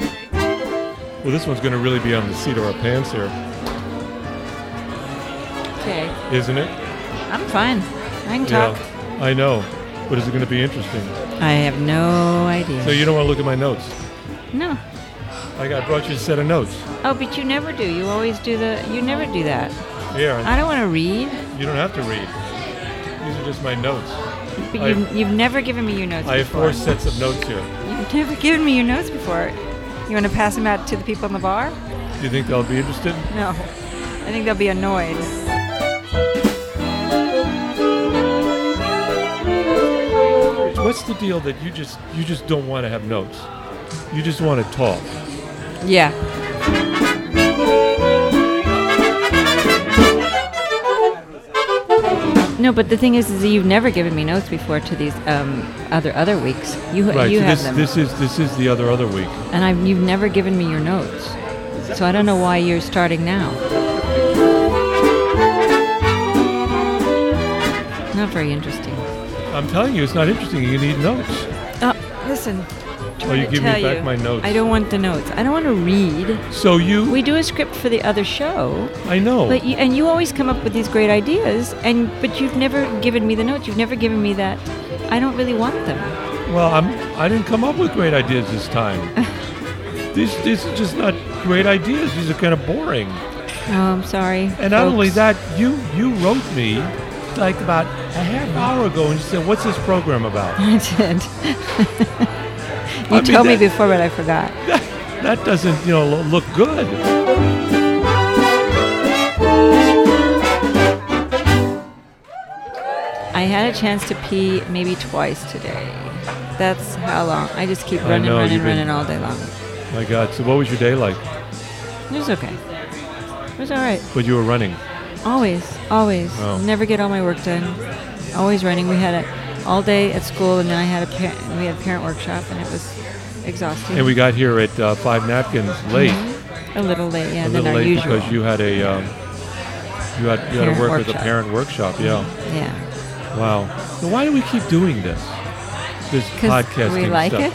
Well, this one's going to really be on the seat of our pants here, Okay. isn't it? I'm fine. I can talk. Yeah, I know. But is it going to be interesting? I have no idea. So you don't want to look at my notes. no. I got I brought you a set of notes. Oh, but you never do. You always do the. You never do that. Here, I don't want to read. you don't have to read. These are just my notes. But I- you've, you've never given me your notes I have four before. sets of notes here. You've never given me your notes before. You want to pass them out to the people in the bar? Do you think they'll be interested? No. I think they'll be annoyed. What's the deal that you just you just don't want to have notes? You just want to talk. Yeah. No, but the thing is, is that you've never given me notes before to these um, other other weeks. You Right. you so have this them, this is this is the other other week. and I've, you've never given me your notes. So I don't know why you're starting now. Not very interesting. I'm telling you, it's not interesting. You need notes. Uh, listen. Oh, you trying to give me tell back you, my notes. I don't want the notes. I don't want to read. So you, We do a script for the other show. I know. But you, and you always come up with these great ideas, and but you've never given me the notes. You've never given me that. I don't really want them. Well, I'm. I didn't come up with great ideas this time. these these are just not great ideas. These are kind of boring. Oh, I'm sorry. And not only folks. that, you you wrote me like about a half hour ago, and you said, "What's this program about?" I did. you I mean, told me that- before, but I forgot. that doesn't you know lo- look good. I had a chance to pee maybe twice today. That's how long. I just keep I running, know, running, you've been- running all day long. My God. So what was your day like? It was okay. It was all right. But you were running. Always, always. Oh. Never get all my work done. Always running. We had it all day at school, and then I had a parent, we had parent workshop, and it was exhausting. And we got here at uh, five napkins late, a little late, yeah, a than little Mm-hmm. our late usual. because you had a um, you had you had Parent to work with a workshop. parent workshop. Yeah. yeah, Wow. So why do we keep doing this? This because podcasting we like stuff. it.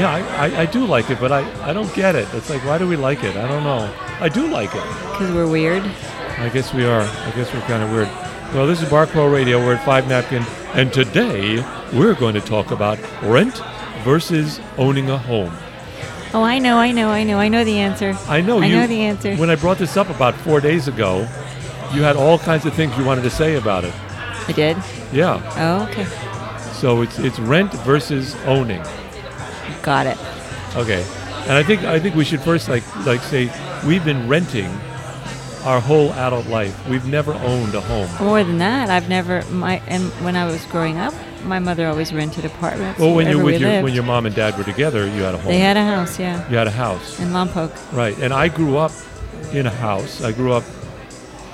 Yeah, I, I, I do like it, but I, I don't get it. It's like, why do we like it? I don't know. I do like it. Because we're weird. I guess we are. I guess we're kind of weird. Well, this is Barclow Radio. We're at Five Napkin, and today we're going to talk about rent versus owning a home. Oh, I know, I know, I know, I know the answer. I know I you. know the answer. When I brought this up about four days ago, you had all kinds of things you wanted to say about it. I did. Yeah. Oh, okay, So it's it's rent versus owning. got it. Okay, and I think I think we should first like like say we've been renting our whole adult life. We've never owned a home. More than that, I've never my and when I was growing up, my mother always rented apartments. Well, when you wherever we with your lived. when your mom and dad were together, you had a home. they had a house, yeah, you had a house, in Lompoc. right? And I grew up in a house. I grew up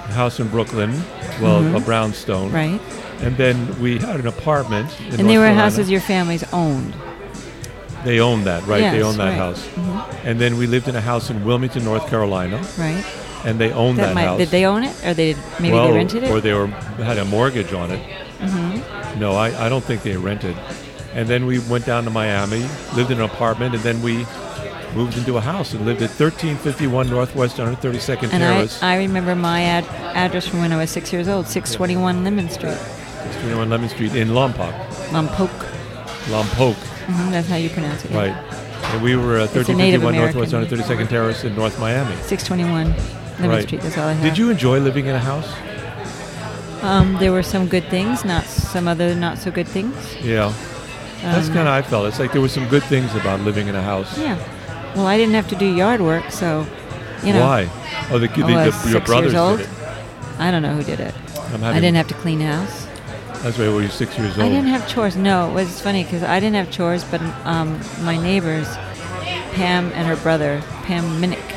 in a house in Brooklyn, well, a brownstone, Mm-hmm. Right. And then we had an apartment. In and they North were Carolina. houses your families owned. They owned that, right? they Yes, owned that right. Mm-hmm. house. And then we lived in a house in Wilmington, North Carolina, Right. and they owned that, That might house. did they own it or they maybe well, they rented it? Mm-hmm. or they were had a mortgage on it. No, I, I don't think they rented. And then we went down to Miami, lived in an apartment, and then we moved into a house and lived at 1351 Northwest 132nd and Terrace, I, I remember my ad- address from when I was six years old, 621 Lemon Street, 21 Lemon Street in Lompoc, Lompoc. Lompoc, hmm that's how you pronounce it. yeah. right? And we were at It's a Native 1351 Northwest American. 132nd Terrace in North Miami. 621 Lemon right. Street, that's all I have. Did you enjoy living in a house? Um, there were some good things, not some other not so good things. Yeah. That's Um, kind of I felt. It's like there were some good things about living in a house. Yeah. Well, I didn't have to do yard work, so, you know. Why? Oh, the, the, I the- was your six brothers years old. did it. I don't know who did it. I'm I having didn't have to clean house. That's right. Were you six years old? I didn't have chores. No, it was funny because I didn't have chores, but um, my neighbors, Pam and her brother, Pam Minnick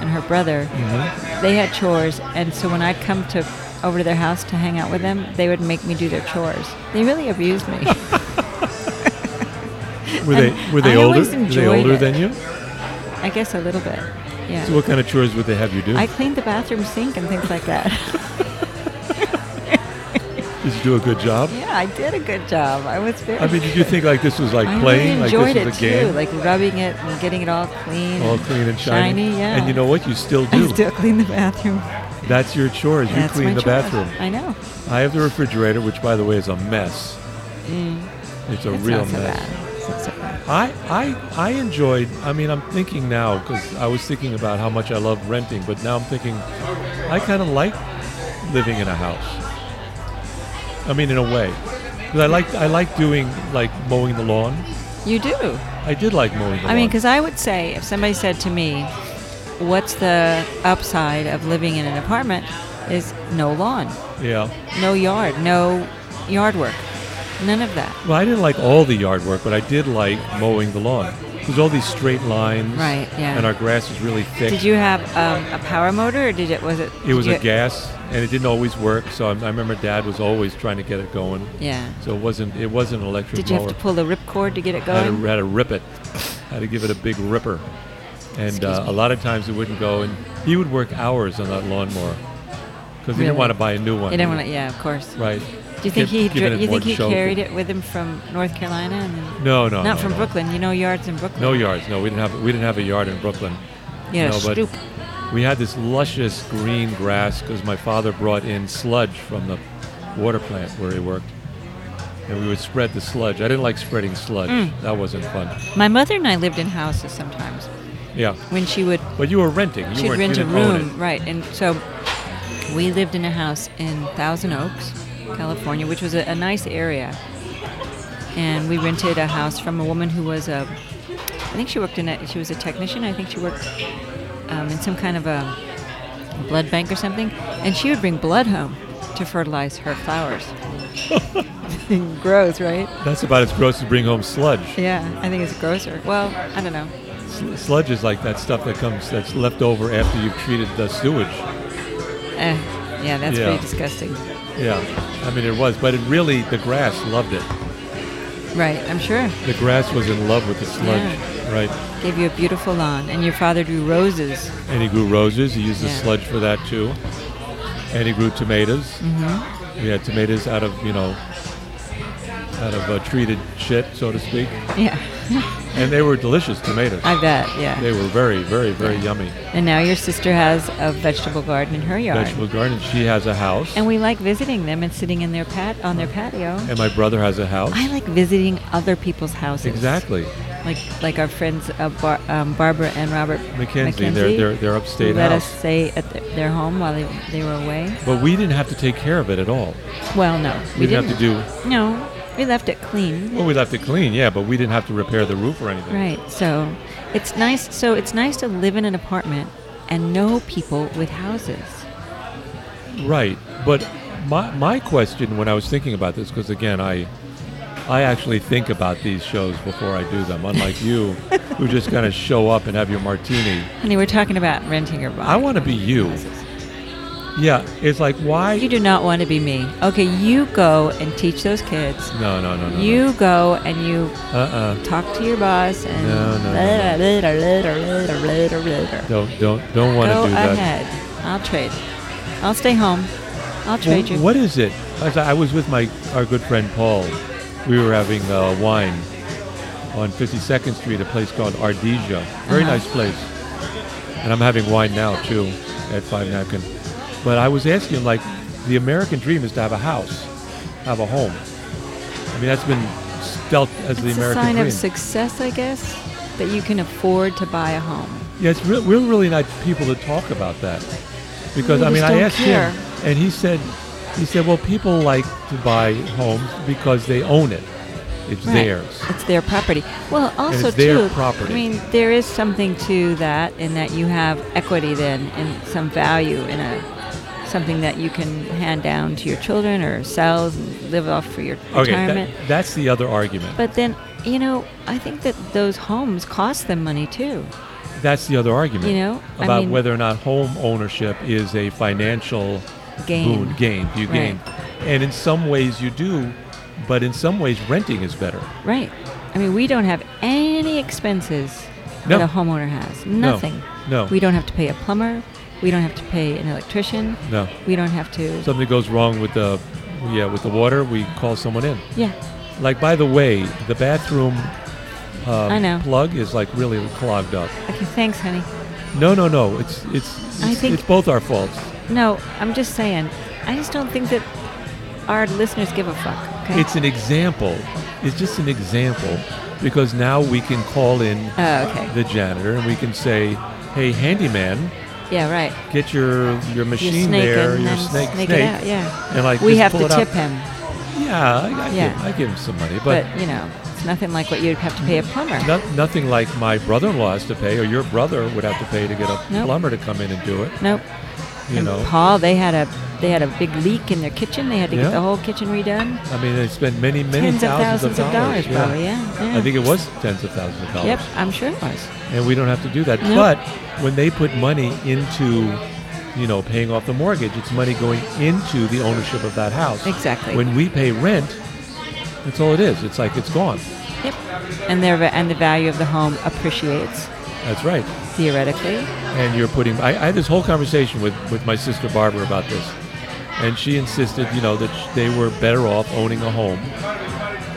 and her brother, Mm-hmm. they had chores, and so when I'd come to over to their house to hang out with them, they would make me do their chores. They really abused me. were they Were they I older? always Were they enjoyed older it. than you? I guess a little bit. Yeah. So what kind of chores would they have you do? I cleaned the bathroom sink and things like that. Did you do a good job? yeah, I did a good job. I was very. I mean, did you think like this was like I playing, really enjoyed like this it was a game, too, like rubbing it and getting it all clean, all and clean and shiny? yeah. And you know what? You still I do. still clean the bathroom. That's your chores. You That's my clean the chore. bathroom. I know. I have the refrigerator, which by the way is a mess. It's a Mm. it's real not so mess. bad. It's not so bad. I, I I enjoyed. I mean, I'm thinking now because I was thinking about how much I loved renting, but now I'm thinking I kind of like living in a house. I mean, in a way, 'Cause I like I like doing like mowing the lawn. You do. I did like mowing the lawn. I mean, because I would say if somebody said to me, "What's the upside of living in an apartment?" is no lawn, yeah. no yard, no yard work, none of that. Well, I didn't like all the yard work, but I did like mowing the lawn. There's all these straight lines, Right, yeah. And our grass is really thick. Did you have um, a power motor, or did it was it? It was did a you- gas, and it didn't always work. So I, I remember Dad was always trying to get it going. Yeah. So it wasn't it wasn't an electric Did you have mower. to pull the ripcord to get it had, to, going? had to rip it. Had to give it a big ripper. And uh, a lot of times it wouldn't go, and he would work hours on that lawnmower because he Really? didn't want to buy a new one. You didn't want to, yeah, of course. Right. Do you think Give- he give it dri- you more think he show. carried it with him from North Carolina and then, No, no, no, not from no. Brooklyn? You know, yards in Brooklyn. No yards. No, we didn't have we didn't have a yard in Brooklyn. Yeah, no, but stoop. we had this luscious green grass because my father brought in sludge from the water plant where he worked, and we would spread the sludge. I didn't like spreading sludge. Mm. That wasn't fun. My mother and I lived in houses sometimes. Yeah, When she would but you were renting. You she'd weren't. rent you a didn't own room, right? And so we lived in a house in Thousand Oaks, California, which was a, a nice area. And we rented a house from a woman who was a, I think she worked in a, she was a technician. I think she worked um, in some kind of a blood bank or something. And she would bring blood home to fertilize her flowers. gross, right? it. That's about as gross as bring home sludge. Yeah, I think it's grosser. Well, I don't know. Sl- Sludge is like that stuff that comes that's left over after you've treated the sewage. Eh, yeah, that's Yeah. pretty disgusting. Yeah, I mean it was, but it really the grass loved it. Right, I'm sure. The grass was in love with the sludge, Yeah. right? Gave you a beautiful lawn, and your father drew roses. And he grew roses. He used the Yeah. sludge for that too. And he grew tomatoes. Mm-hmm. We had tomatoes out of you know, out of uh, treated shit, so to speak. Yeah, And they were delicious tomatoes. I bet. Yeah. they were very, very, very yummy. And now your sister has a vegetable garden in her yard, Vegetable garden. She has a house, and we like visiting them and sitting in their pat on their patio. and my brother has a house. I like visiting other people's houses. Exactly, Like like our friends uh, Bar- um, Barbara and Robert Mackenzie. McKenzie, They're they're they're who upstate let us house. stay at their, their home while they, they were away. But we didn't have to take care of it at all. Well, no, we, We didn't have to do. No, we left it clean. Well, we left it clean, yeah, but we didn't have to repair the roof or anything. Right. So it's nice. So it's nice to live in an apartment and know people with houses. Right, but my my question when I was thinking about this, because again, I I actually think about these shows before I do them. Unlike you, who just kind of show up and have your martini. Honey, we're talking about renting or buying. I want to be you. houses. Yeah, it's like why? You do not want to be me. Okay, you go and teach those kids. no, no, no, no. You go and you Uh, uh-uh. uh. talk to your boss and No, no, no, no. later, later, later, later, later. do not don't don't want Go to do that. ahead. I'll trade. I'll stay home. I'll trade Well, you. What is it? As I I was with my our good friend Paul. We were having uh, wine on 52nd Street, a place called Ardesia. Very Uh-huh. nice place. And I'm having wine now too at Five Napkin. But I was asking him, like, the American dream is to have a house, have a home. I mean, that's been stealth as the It's a American sign dream. of success, I guess, that you can afford to buy a home. Yeah, it's real, we're really not people to talk about that because We I mean just I don't asked care. him and he said he said well people like to buy homes because they own it it's Right. theirs It's their property. Well, also it's their too. property. I mean, there is something to that in that you have equity then and some value in a something that you can hand down to your children or sell and live off for your okay retirement. that, that's the other argument but then, you know, I think that those homes cost them money too. that's the other argument You know, I about mean- whether or not home ownership is a financial Gain. boon gain you Right. gain and in some ways you do but in some ways renting is better Right. I mean, we don't have any expenses No. that a homeowner has. Nothing. No. We don't have to pay a plumber. We don't have to pay an electrician. No. We don't have to. Something goes wrong with the yeah, with the water, we call someone in. yeah. Like by the way, the bathroom um, I know. plug is like really clogged up. Okay. Thanks, honey. No, no, no. It's it's I it's, think- it's both our faults. No, I'm just saying. I just don't think that our listeners give a fuck. Okay. It's an example. It's just an example because now we can call in oh, okay. the janitor and we can say, "Hey, handyman, yeah. Right. get your your You machine snake there, and your then snake, snake, snake, it out. Yeah. and like We just have pull to it out. tip him, Yeah, I, I, Yeah. Give, I give him some money, but, but, Mm-hmm. you know, it's nothing like what you'd have to pay a plumber. no- nothing like my brother-in-law has to pay, or your brother would have to pay to get a Nope. plumber to come in and do it. Nope. You and know, Paul, they had a they had a big leak in their kitchen. They had to Yeah. get the whole kitchen redone. I mean, they spend many, many Tens of thousands, thousands of dollars, probably, yeah, yeah. I think it was tens of thousands of dollars. Yep, I'm sure it was. and we don't have to do that. No. But when they put money into, you know, paying off the mortgage, it's money going into the ownership of that house. Exactly. When we pay rent, that's all it is. It's like it's gone. Yep. And their va- and the value of the home appreciates That's right. theoretically. And you're putting. I, I had this whole conversation with with my sister Barbara about this, and she insisted, you know, that sh- they were better off owning a home,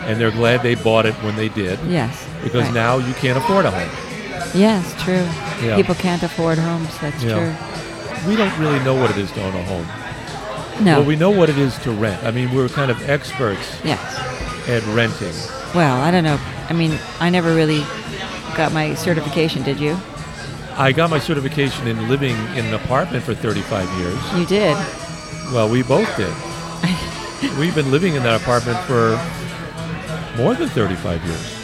and they're glad they bought it when they did. Yes. Because right. now you can't afford a home. Yes, true. Yeah. People can't afford homes. That's Yeah. We don't really know what it is to own a home. true. No. Well, we know what it is to rent. I mean, we're kind of experts yes. at renting. Well, I don't know. I mean, I never really got my certification. Did you? I got my certification in living in an apartment for 35 years. You did. Well, we both did. We've been living in that apartment for more than 35 years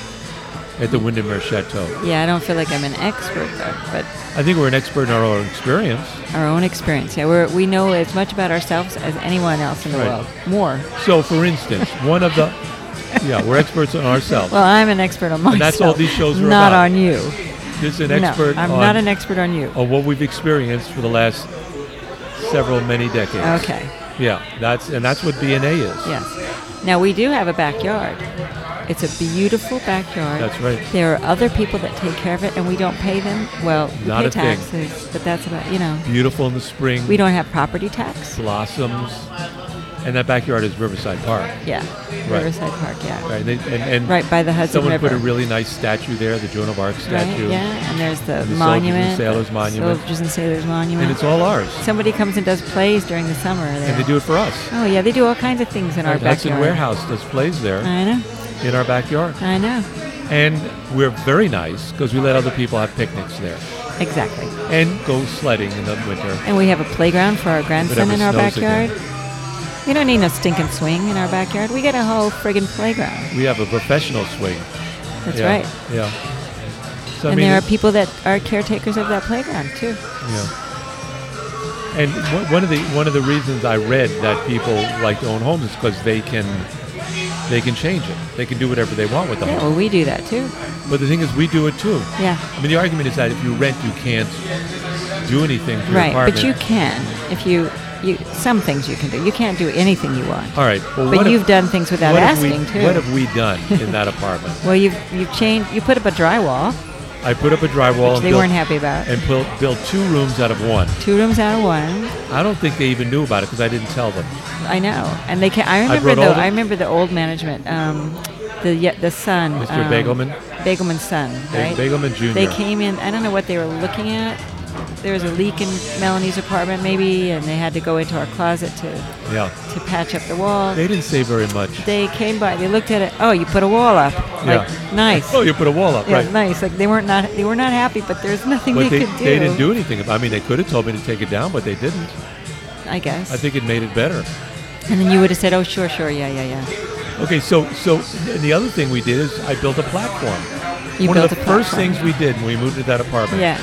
at the Windermere Chateau. Yeah, I don't feel like I'm an expert though, but I think we're an expert in our own experience. our own experience. Yeah, we're, we know as much about ourselves as anyone else in the Right. world. More. So, for instance, one of the yeah, we're experts on ourselves. Well, I'm an expert on myself. that's all these shows were not about. on you. Just an expert no, I'm on, not an expert on you. on what we've experienced for the last several many decades. Okay. Yeah, that's and that's what BNA is. Yes. Now we do have a backyard. It's a beautiful backyard. That's right. There are other people that take care of it, and we don't pay them. Well, we Not pay a thing. taxes, but that's about you know Beautiful in the spring. we don't have property tax. blossoms, and that backyard is Riverside Park. Yeah, Riverside Park. Yeah, Right, and, and, and Right by the Hudson someone put a River. really nice statue there, the Joan of Arc Right, statue, Yeah, and there's the, And the Soldiers and monument, Sailors the Monument. Soldiers and Sailors Monument. and it's all ours, Somebody comes and does plays during the summer there. and they do it for us. Oh yeah, they do all kinds of things in our Right, Hudson backyard. Warehouse does plays there I know, in our backyard, I know, and we're very nice because we let other people have picnics there exactly. and go sledding in the winter. And we have a playground for our grandson Whatever in our snows again. backyard. We don't need no stinking swing in our backyard. We got a whole friggin' playground. We have a professional swing. That's yeah, right. Yeah. So I and mean, there are it's- people that are caretakers of that playground too. Yeah. And one- one of the one of the reasons I read that people like to own homes is because they can they can change it. They can do whatever they want with the Yeah, home. well, we do that too. But the thing is, we do it too. Yeah, I mean, the argument is that if you rent, you can't do anything to right. your apartment. But you can if you you some things you can do. You can't do anything you want. All right. Well, but what you've have, done things without what asking have we, too. What have we done in that apartment? well, you've you've changed. You put up a drywall, I put up a drywall which and they built, weren't happy about. and built, built two rooms out of one. Two rooms out of one. I don't think they even knew about it because I didn't tell them. I know, and they can. I remember brought all though. the- I remember the old management, um, the ye- the son, Mr. um, Bagelman? Bagelman's son, Hey, right? Bagelman Jr. They came in. I don't know what they were looking at. There was a leak in Melanie's apartment, maybe, and they had to go into our closet to Yeah. to patch up the wall. They didn't say very much. They came by. They looked at it. Oh, you put a wall up. Like Yeah. nice. Oh, you put a wall up, yeah, right? nice. Like they weren't not they were not happy, but there's nothing But they, could do. they didn't do anything. about- I mean, they could have told me to take it down, but they didn't. I guess. I think it made it better. and then you would have said, "Oh, sure, sure, yeah, yeah, yeah." Okay, so so and the other thing we did is I built a platform. You one built of the a first platform. things we did when we moved to that apartment Yeah.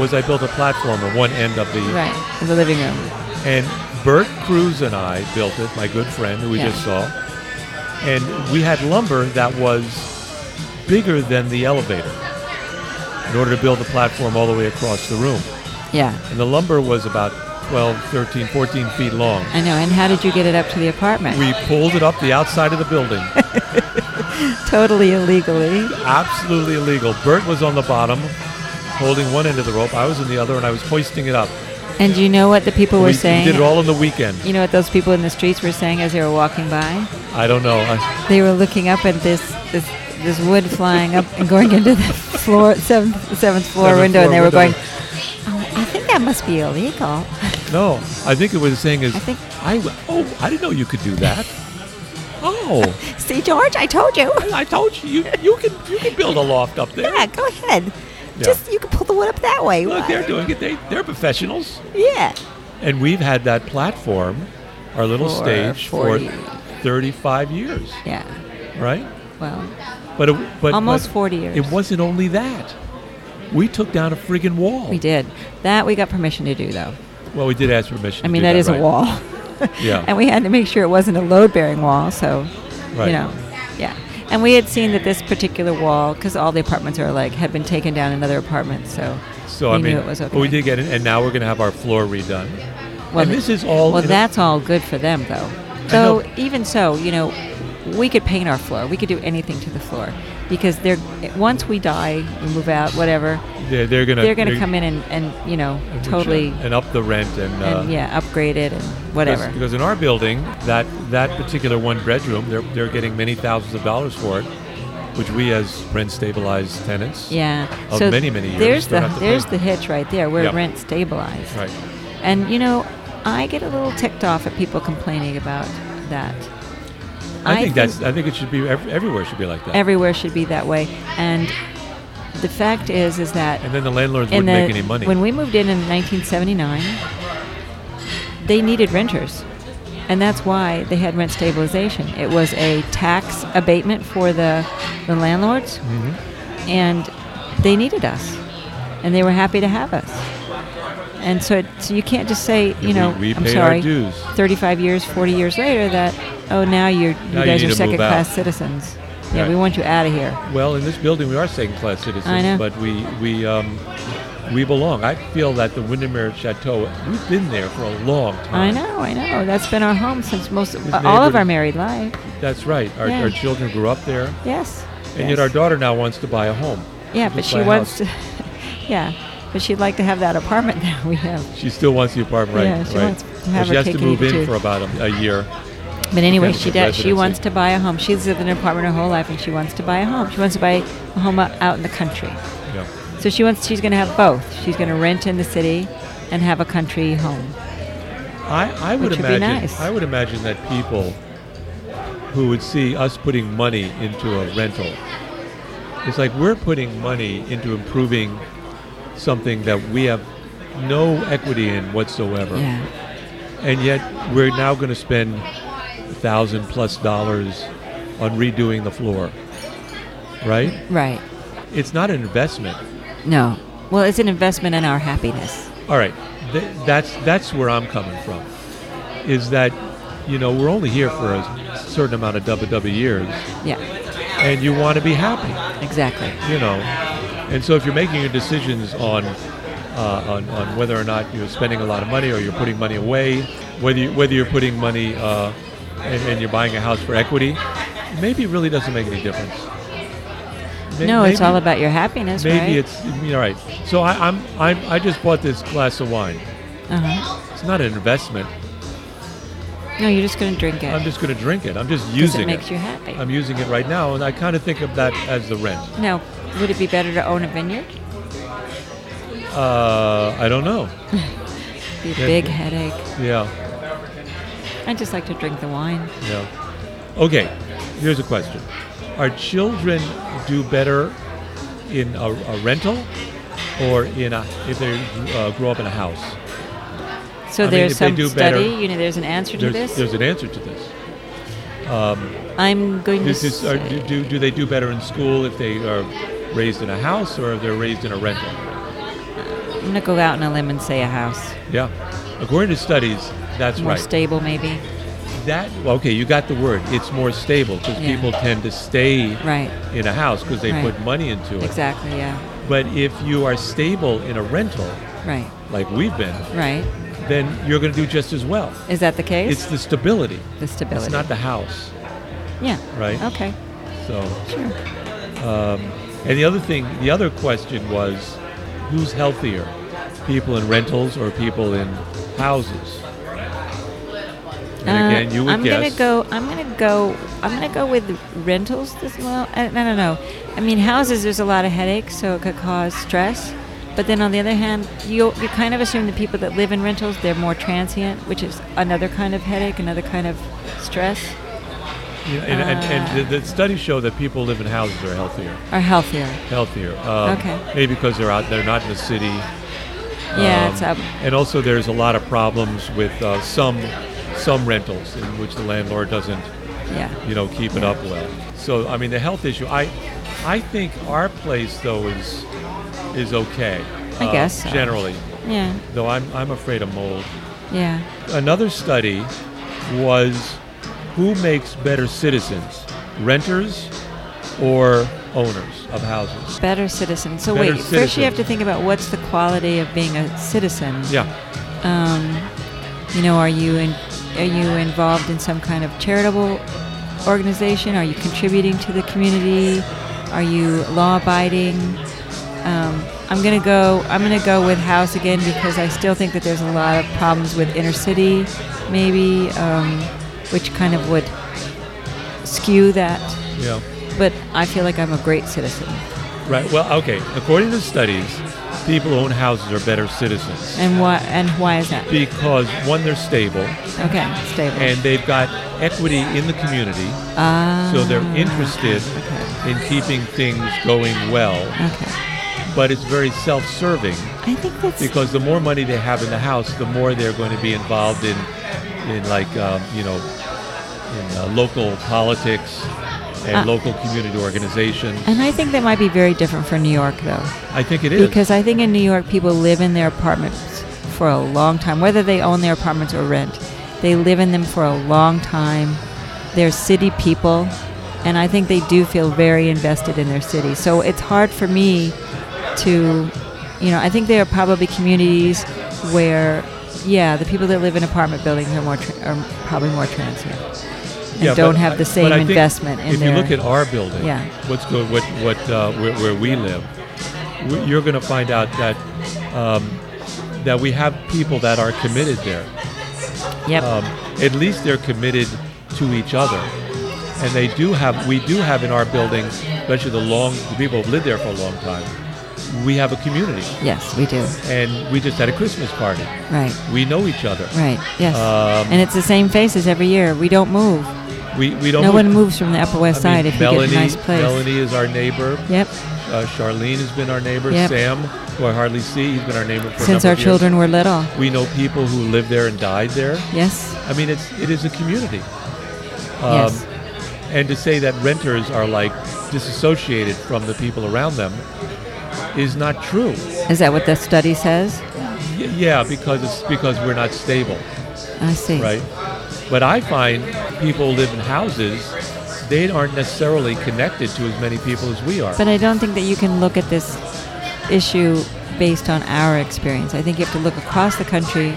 was I built a platform at one end of the Right. In the living room. and Bert Cruz and I built it. My good friend who we Yeah. just saw, and we had lumber that was bigger than the elevator in order to build the platform all the way across the room. Yeah. And the lumber was about 12, 13, 14 feet long. I know. And how did you get it up to the apartment? We pulled it up the outside of the building, totally illegally. absolutely illegal. Bert was on the bottom, holding one end of the rope. I was in the other, and I was hoisting it up. And do you know what the people were we, we saying? did it all in the weekend. You know what those people in the streets were saying as they were walking by? I don't know. I, They were looking up at this this this wood flying up and going into the floor seventh seventh floor Seventh floor window, and they were window. going. Oh, I think that must be illegal. no, I think it was saying is. I think- I w- oh I didn't know you could do that. Oh, See, George, I told you. I told you you you can you can build a loft up there. Yeah, go ahead. Yeah. Just you can pull the wood up that way. Look, Why- they're doing it. They they're professionals. Yeah. And we've had that platform, our little For stage, 40. for 35 years, Yeah. right? Well, But it, but Almost but 40 years. It wasn't only that. We took down a friggin' wall. we did. That we got permission to do, though. Well, we did ask permission. I to mean, do that is right? a wall. Yeah. and we had to make sure it wasn't a load bearing wall, so, Right. you know, yeah. And we had seen that this particular wall, because all the apartments are alike, had been taken down in other apartments, so, So we I mean, knew it was okay. but we did get it, and now we're going to have our floor redone. and the- this is all. Well, in a- that's all good for them, though. know. Though, even so, you know, we could paint our floor. We could do anything to the floor because they're once we die, we move out, whatever. they're, they're going to. They're going to come in and, and you know totally and up the rent and. uh, and yeah upgrade it and because- whatever. Because in our building, that that particular one bedroom, they're they're getting many thousands of dollars for it, which we as rent stabilized tenants. Yeah. of so many, many years, There's don't the have to pay. there's the hitch right there. We're Yep. rent stabilized. Right. And you know, I get a little ticked off at people complaining about that. I, think that's. I think it should be ev- everywhere. Should be like that. everywhere should be that way. And the fact is, is that and then the landlords in wouldn't the, make any money. when we moved in in 1979, they needed renters. And that's why they had rent stabilization. It was a tax abatement for the, the landlords, Mm-hmm. and they needed us, and they were happy to have us. And so, it, so you can't just say, you we- know, we I'm paid our sorry, dues. 35 years, 40 years later, that, oh, now you're, you Now you guys need to are move second out. class citizens. Yeah, Right. we want you out of here. well, in this building, we are second-class citizens, I know. but we we um, we belong. I feel that the Windermere Chateau. We've been there for a long I time. know, I know. That's been our home since most, His all of neighbor- our married life. That's right. Our, Yeah. our children grew up there, and Yes. yet yes. our daughter now wants to buy a home. yeah, She wants to but she buy a wants house. to. yeah, but she'd like to have that apartment that we have. She still wants the apartment, right? Yeah, she right. wants to And have she her has to cake and eat move in it too. for about a, a year. But anyway, Kind of she a does. She residency. wants to buy a home. She's lived in an apartment her whole life, and she wants to buy a home. She wants to buy a home o- out in the country. Yeah. So she wants. She's going to have both. She's going to rent in the city, and have a country home. I, I would Which would be imagine. nice. I would imagine that people who would see us putting money into a rental, it's like we're putting money into improving something that we have no equity in whatsoever, Yeah. and yet we're now going to spend a thousand plus dollars on redoing the floor. Right? Right. It's not an investment. No. Well, it's an investment in our happiness. All right, th- that's that's where I'm coming from. Is that you know we're only here for a certain amount of double double years, Yeah. and you want to be happy, Exactly. you know. And so if you're making your decisions on uh, on, on whether or not you're spending a lot of money or you're putting money away, whether you, whether you're putting money uh, and, and you're buying a house for equity, maybe it really doesn't make any difference. May- no, it's maybe- all about your happiness, maybe right? it's all right. So I, I'm I'm I just bought this glass of wine. Uh-huh. It's not an investment. No, you're just going to drink it. I'm just going to drink it. I'm just 'cause using it makes you happy. I'm using it right now, and I kind of think of that as the rent. Now, would it be better to own a vineyard? Uh, I don't know. Be a Yeah. big headache. Yeah, I just like to drink the wine. yeah. Okay, here's a question: Are children do better in a, a rental or in a if they uh, grow up in a house? So I mean, there's if they some do better- study. you know, there's an answer to There's this. there's an answer to this. I'm going This to. is, uh, are, say- do do they do better in school if they are raised in a house or if they're raised in a rental? I'm going to go out on a limb and say a house. Yeah, according to studies, that's More right. stable, maybe. That well, okay, you got the word. It's more stable because Yeah. people tend to stay Right. in a house because they Right. put money into it. Exactly. Yeah. But if you are stable in a rental, Right. like we've been, Right. then you're going to do just as well. Is that the case? It's the stability. the stability. It's not the house. yeah. right. Okay. So, um, Sure. and the other thing, the other question was, who's healthier, people in rentals or people in houses? And Uh, again, you would I'm guess. gonna go. I'm gonna go. I'm gonna go with rentals this well. Uh, I, I don't know. I mean, houses. There's a lot of headaches, so it could cause stress. But then on the other hand, you you kind of assume the people that live in rentals they're more transient, which is another kind of headache, another kind of stress, you know, and, and, Ah. and the, the studies show that people who live in houses are healthier. are healthier. Healthier. Um, Okay. Maybe because they're out. They're not in the city. yeah, Um, it's up. And also, there's a lot of problems with uh, some some rentals in which the landlord doesn't, Yeah. you know, keep it up well. So, I mean, the health issue. I I think our place though is is okay. I uh, guess so. generally, Yeah. though I'm I'm afraid of mold. Yeah. Another study was who makes better citizens, renters or owners of houses. Better citizen. So Better wait, first you citizen. have to think about what's the quality of being a citizen. Yeah. You know, are you in, are you involved in some kind of charitable organization? Are you contributing to the community? Are you law-abiding? Um, I'm gonna go. I'm gonna go with house again because I still think that there's a lot of problems with inner city, maybe, um, which kind of would skew that. Yeah. But I feel like I'm a great citizen, Right. Well, okay. According to studies, people who own houses are better citizens and why? And why is that? because one, they're stable, Okay, stable. and they've got equity in the community, Ah, so they're interested in keeping things going well. okay. But it's very self-serving I think that's because the more money they have in the house, the more they're going to be involved in, in like um, you know, in uh, local politics and Uh, local community organizations. And I think that might be very different for New York, though, I think it is. because I think in New York people live in their apartments for a long time, whether they own their apartments or rent. They live in them for a long time. They're city people, and I think they do feel very invested in their city. So it's hard for me to, you know, I think there are probably communities where, yeah, the people that live in apartment buildings are more tra- are probably more transient and Yeah, don't but have I- the but same I think investment in If their. you look at our building, Yeah. what's good, what what uh, where, where we live, w- you're going to find out that um, that we have people that are committed there. yep. Um, at least they're committed to each other, and they do have we do have in our building, especially the long the people who've lived there for a long time. We have a community, yes, we do. and we just had a Christmas party. Right. We know each other. Right. Yes. Um, and it's the same faces every year. We don't move. We we don't. no move- one moves from the Upper I West mean, Side if Melanie, you get a nice place. Melanie is our neighbor. Yep. Uh, Charlene has been our neighbor. Yep. Sam, who I hardly see, he's been our neighbor for a Since number our of years. children were little. We know people who live there and died there. Yes. I mean, it's it is a community. Um, yes. And to say that renters are like disassociated from the people around them is not true. Is that what the study says? Y- yeah, because it's because we're not stable, I see. right? But I find people who live in houses, they aren't necessarily connected to as many people as we are. But I don't think that you can look at this issue based on our experience. I think you have to look across the country.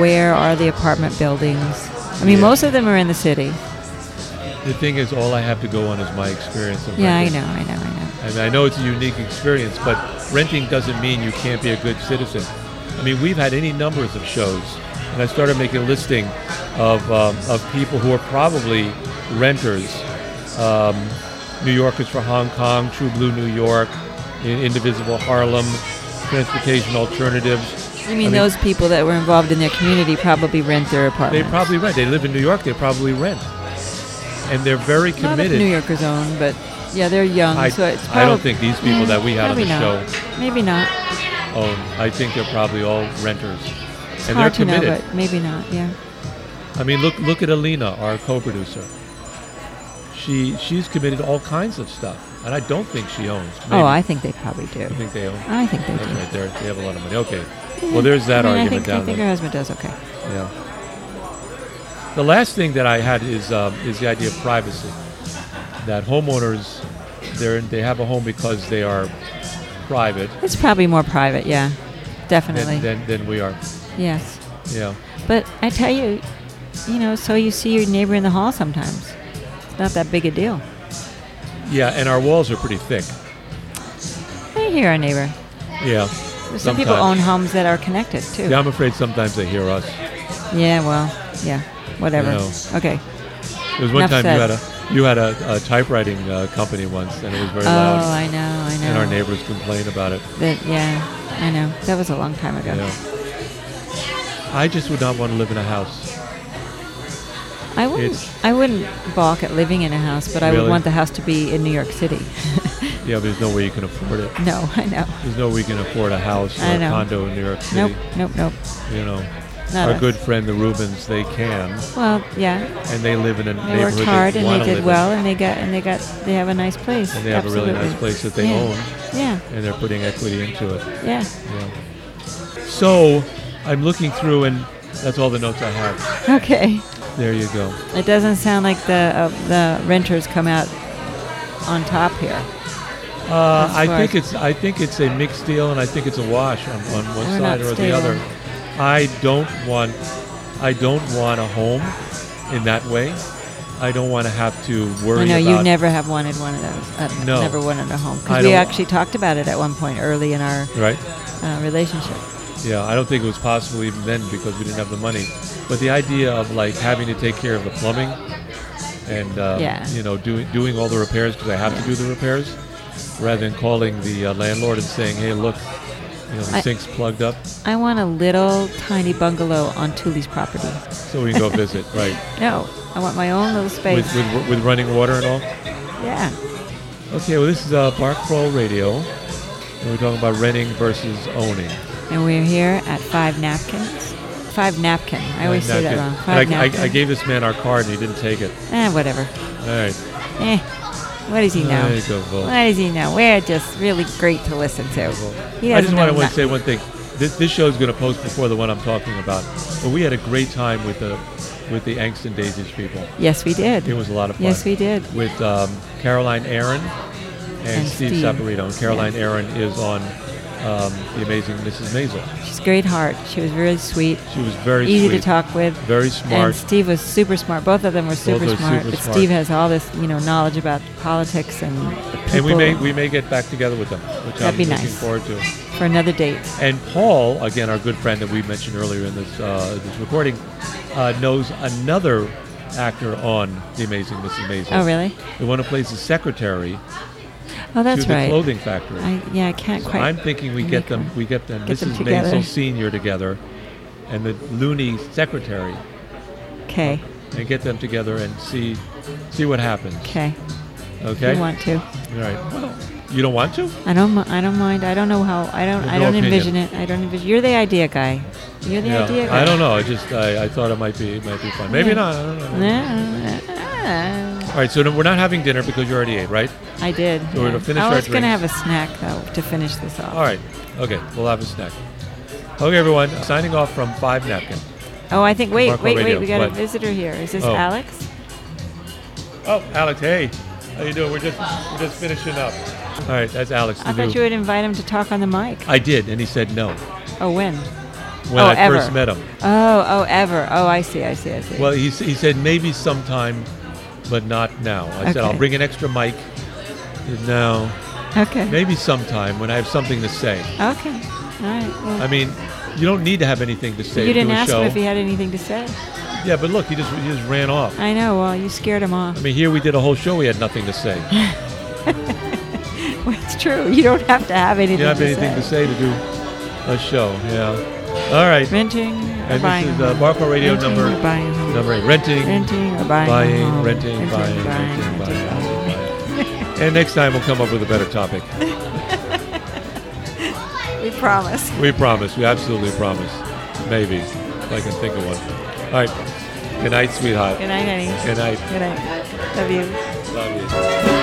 Where are the apartment buildings? I mean, Yeah. most of them are in the city. the thing is, all I have to go on is my experience. Of Yeah, I renting. know, I know, I know. I mean, I know it's a unique experience, but renting doesn't mean you can't be a good citizen. I mean, we've had any numbers of shows, and I started making a listing of, um, of people who are probably renters, um, New Yorkers for Hong Kong, True Blue New York, In- Indivisible Harlem, Transportation Alternatives. You mean, those people that were involved in their community probably rent their They apartment? probably rent. They live in New York. They probably rent, and they're very Not of committed. New Yorkers own, but yeah, they're young, I- so it's I probably. don't think these people that we had on probably the not. Maybe not. Oh, I think they're probably all renters, It's and hard they're to committed. know, but maybe not. Yeah. I mean, look look at Alina, our co-producer. She she's committed to all kinds of stuff, and I don't think she owns. Maybe. Oh, I think they probably do. You think they own. I think they do. Okay, they're, they have a lot of money. Okay, well, there's that I mean, I argument think, I down think her there. husband does okay. Yeah. The last thing that I had is um, is the idea of privacy. That homeowners, they they have a home because they are private It's probably more private. Yeah, definitely. than, than, than we are. yes, Yeah. but I tell you, you know, so you see your neighbor in the hall sometimes. It's not that big a deal. Yeah, and our walls are pretty thick. I hear our neighbor. Yeah. Some people own Sometimes. homes that are connected too. Yeah, I'm afraid sometimes they hear us. Yeah, well, yeah, whatever. You know. Okay. There was one time Enough said. you had a you had a, a typewriting uh, company once, and it was very Oh, loud, I know, I know. and our neighbors complained about it. That, yeah, I know. That was a long time ago. Yeah. I just would not want to live in a house. I wouldn't. It's- I wouldn't balk at living in a house, but I would Really? want the house to be in New York City. Yeah, but there's no way you can afford it. no, I know. There's no way you can afford a house or I a know. condo in New York City. Nope, nope, nope. You know, Not our us. good friend the Rubens, they can, Well, yeah, and they live in a they neighborhood worked hard they and want they to did live well, in, and they got and they got they have a nice place. And they have a really nice Absolutely. place that they Yeah. own. Yeah, and they're putting equity into it. yeah. Yeah. So I'm looking through, and that's all the notes I have. Okay. There you go. It doesn't sound like the uh, the renters come out on top here. Uh, I far think as- it's I think it's a mixed deal, and I think it's a wash on, on one We're side not or the stable. other. I don't want I don't want a home in that way. I don't want to have to worry I know about you never have wanted one of those. Uh, No. never wanted a home I because we don't- actually talked about it at one point early in our right. uh, relationship. Yeah, I don't think it was possible even then because we didn't have the money. But the idea of like having to take care of the plumbing and uh, Yeah. you know doing doing all the repairs because I have to do the repairs rather than calling the uh, landlord and saying, "Hey, look, you know the I- sink's plugged up, I want a little tiny bungalow on Thule's property. so we can go visit." Right. No, I want my own little space. With, with, with running water and all. yeah. Okay, well, this is uh, Bark Pro Radio, and we're talking about renting versus owning. And we're here at Five Napkins. Five Napkin. I always say that Napkin. wrong. Five And I, Napkin. I, I gave this man our card, and he didn't take it. eh, whatever. All right. Eh. What does he know? There you go, Vol. What does he know? We're just really great to listen to. He I just doesn't want know to no- say one thing. This, this show is going to post before the one I'm talking about, but we had a great time with the with the Angst and Daisies people. Yes, we did. It was a lot of fun. Yes, we did. With um, Caroline Aaron and, And Steve, Steve. Saporito. And Caroline Aaron is on um, The Amazing Mrs. Maisel. She's great heart. She was really sweet, She was very easy sweet, to talk with. very And smart. Steve was super smart. Both of them were super are smart. super but smart. Steve has all this, you know, knowledge about politics and people And we may we may get back together with them, which That'd I'm be looking nice. forward to. for another date. And Paul, again, our good friend that we mentioned earlier in this uh, this recording, uh, knows another actor on The Amazing Mrs. Maisel. Oh, really? The one who plays the secretary Oh, that's to the right. clothing factory. I, yeah, I can't so quite. I'm thinking we get make them one. we get them Get them Mrs. together. Maisel senior together, and the loony secretary, Okay, and get them together and see see what happens. okay. Okay. I want to. All right. Well, you don't want to? I don't. mi- I don't mind. I don't know how. I don't. There's I no don't opinion. envision it. I don't envision. You're the idea guy. You're the idea guy. I don't know. I just I, I thought it might be it might be fun. Maybe Yeah. not. I don't know. Yeah, yeah. All right, so no- we're not having dinner because you already ate, right? I did. So we're yeah. gonna finish I our was gonna drinks. have a snack though to finish this off. All right. Okay, we'll have a snack. Okay, everyone. Signing off from Five Napkin. Oh, I think. Wait, Marco wait, Radio. wait. We got What? a visitor here. Is this Oh. Alex? Oh, Alex. Hey, how you doing? We're just we're just finishing up. All right, that's Alex. the I thought new- you would invite him to talk on the mic. I did, and he said no Oh, when? when Oh, I ever. first met him. Oh, oh, ever. Oh, I see. I see. I see. Well, he s- he said maybe sometime, but not now. I said Okay. I'll bring an extra mic. He said, No, okay. maybe sometime when I have something to say. Okay. All right. Well, I mean, you don't need to have anything to say. you didn't to do a ask show. him if he had anything to say. Yeah, but look, he just he just ran off. I know. Well, you scared him off. I mean, here we did a whole show. We had nothing to say. Well, it's true. You don't have to have anything. You don't have to anything say. to say to do a show. Yeah. All right. Renting or And buying. this is a uh, home. Barco Radio Renting number or buying. a home. number eight. Renting, Renting or buying. a buying, home. renting, buying, renting, buying, renting, buying. And next time we'll come up with a better topic. We promise. We promise. We absolutely promise. Maybe if I can think of one. All right. Good night, sweetheart. Good night, honey. Good night. Good night. Love you. Love you.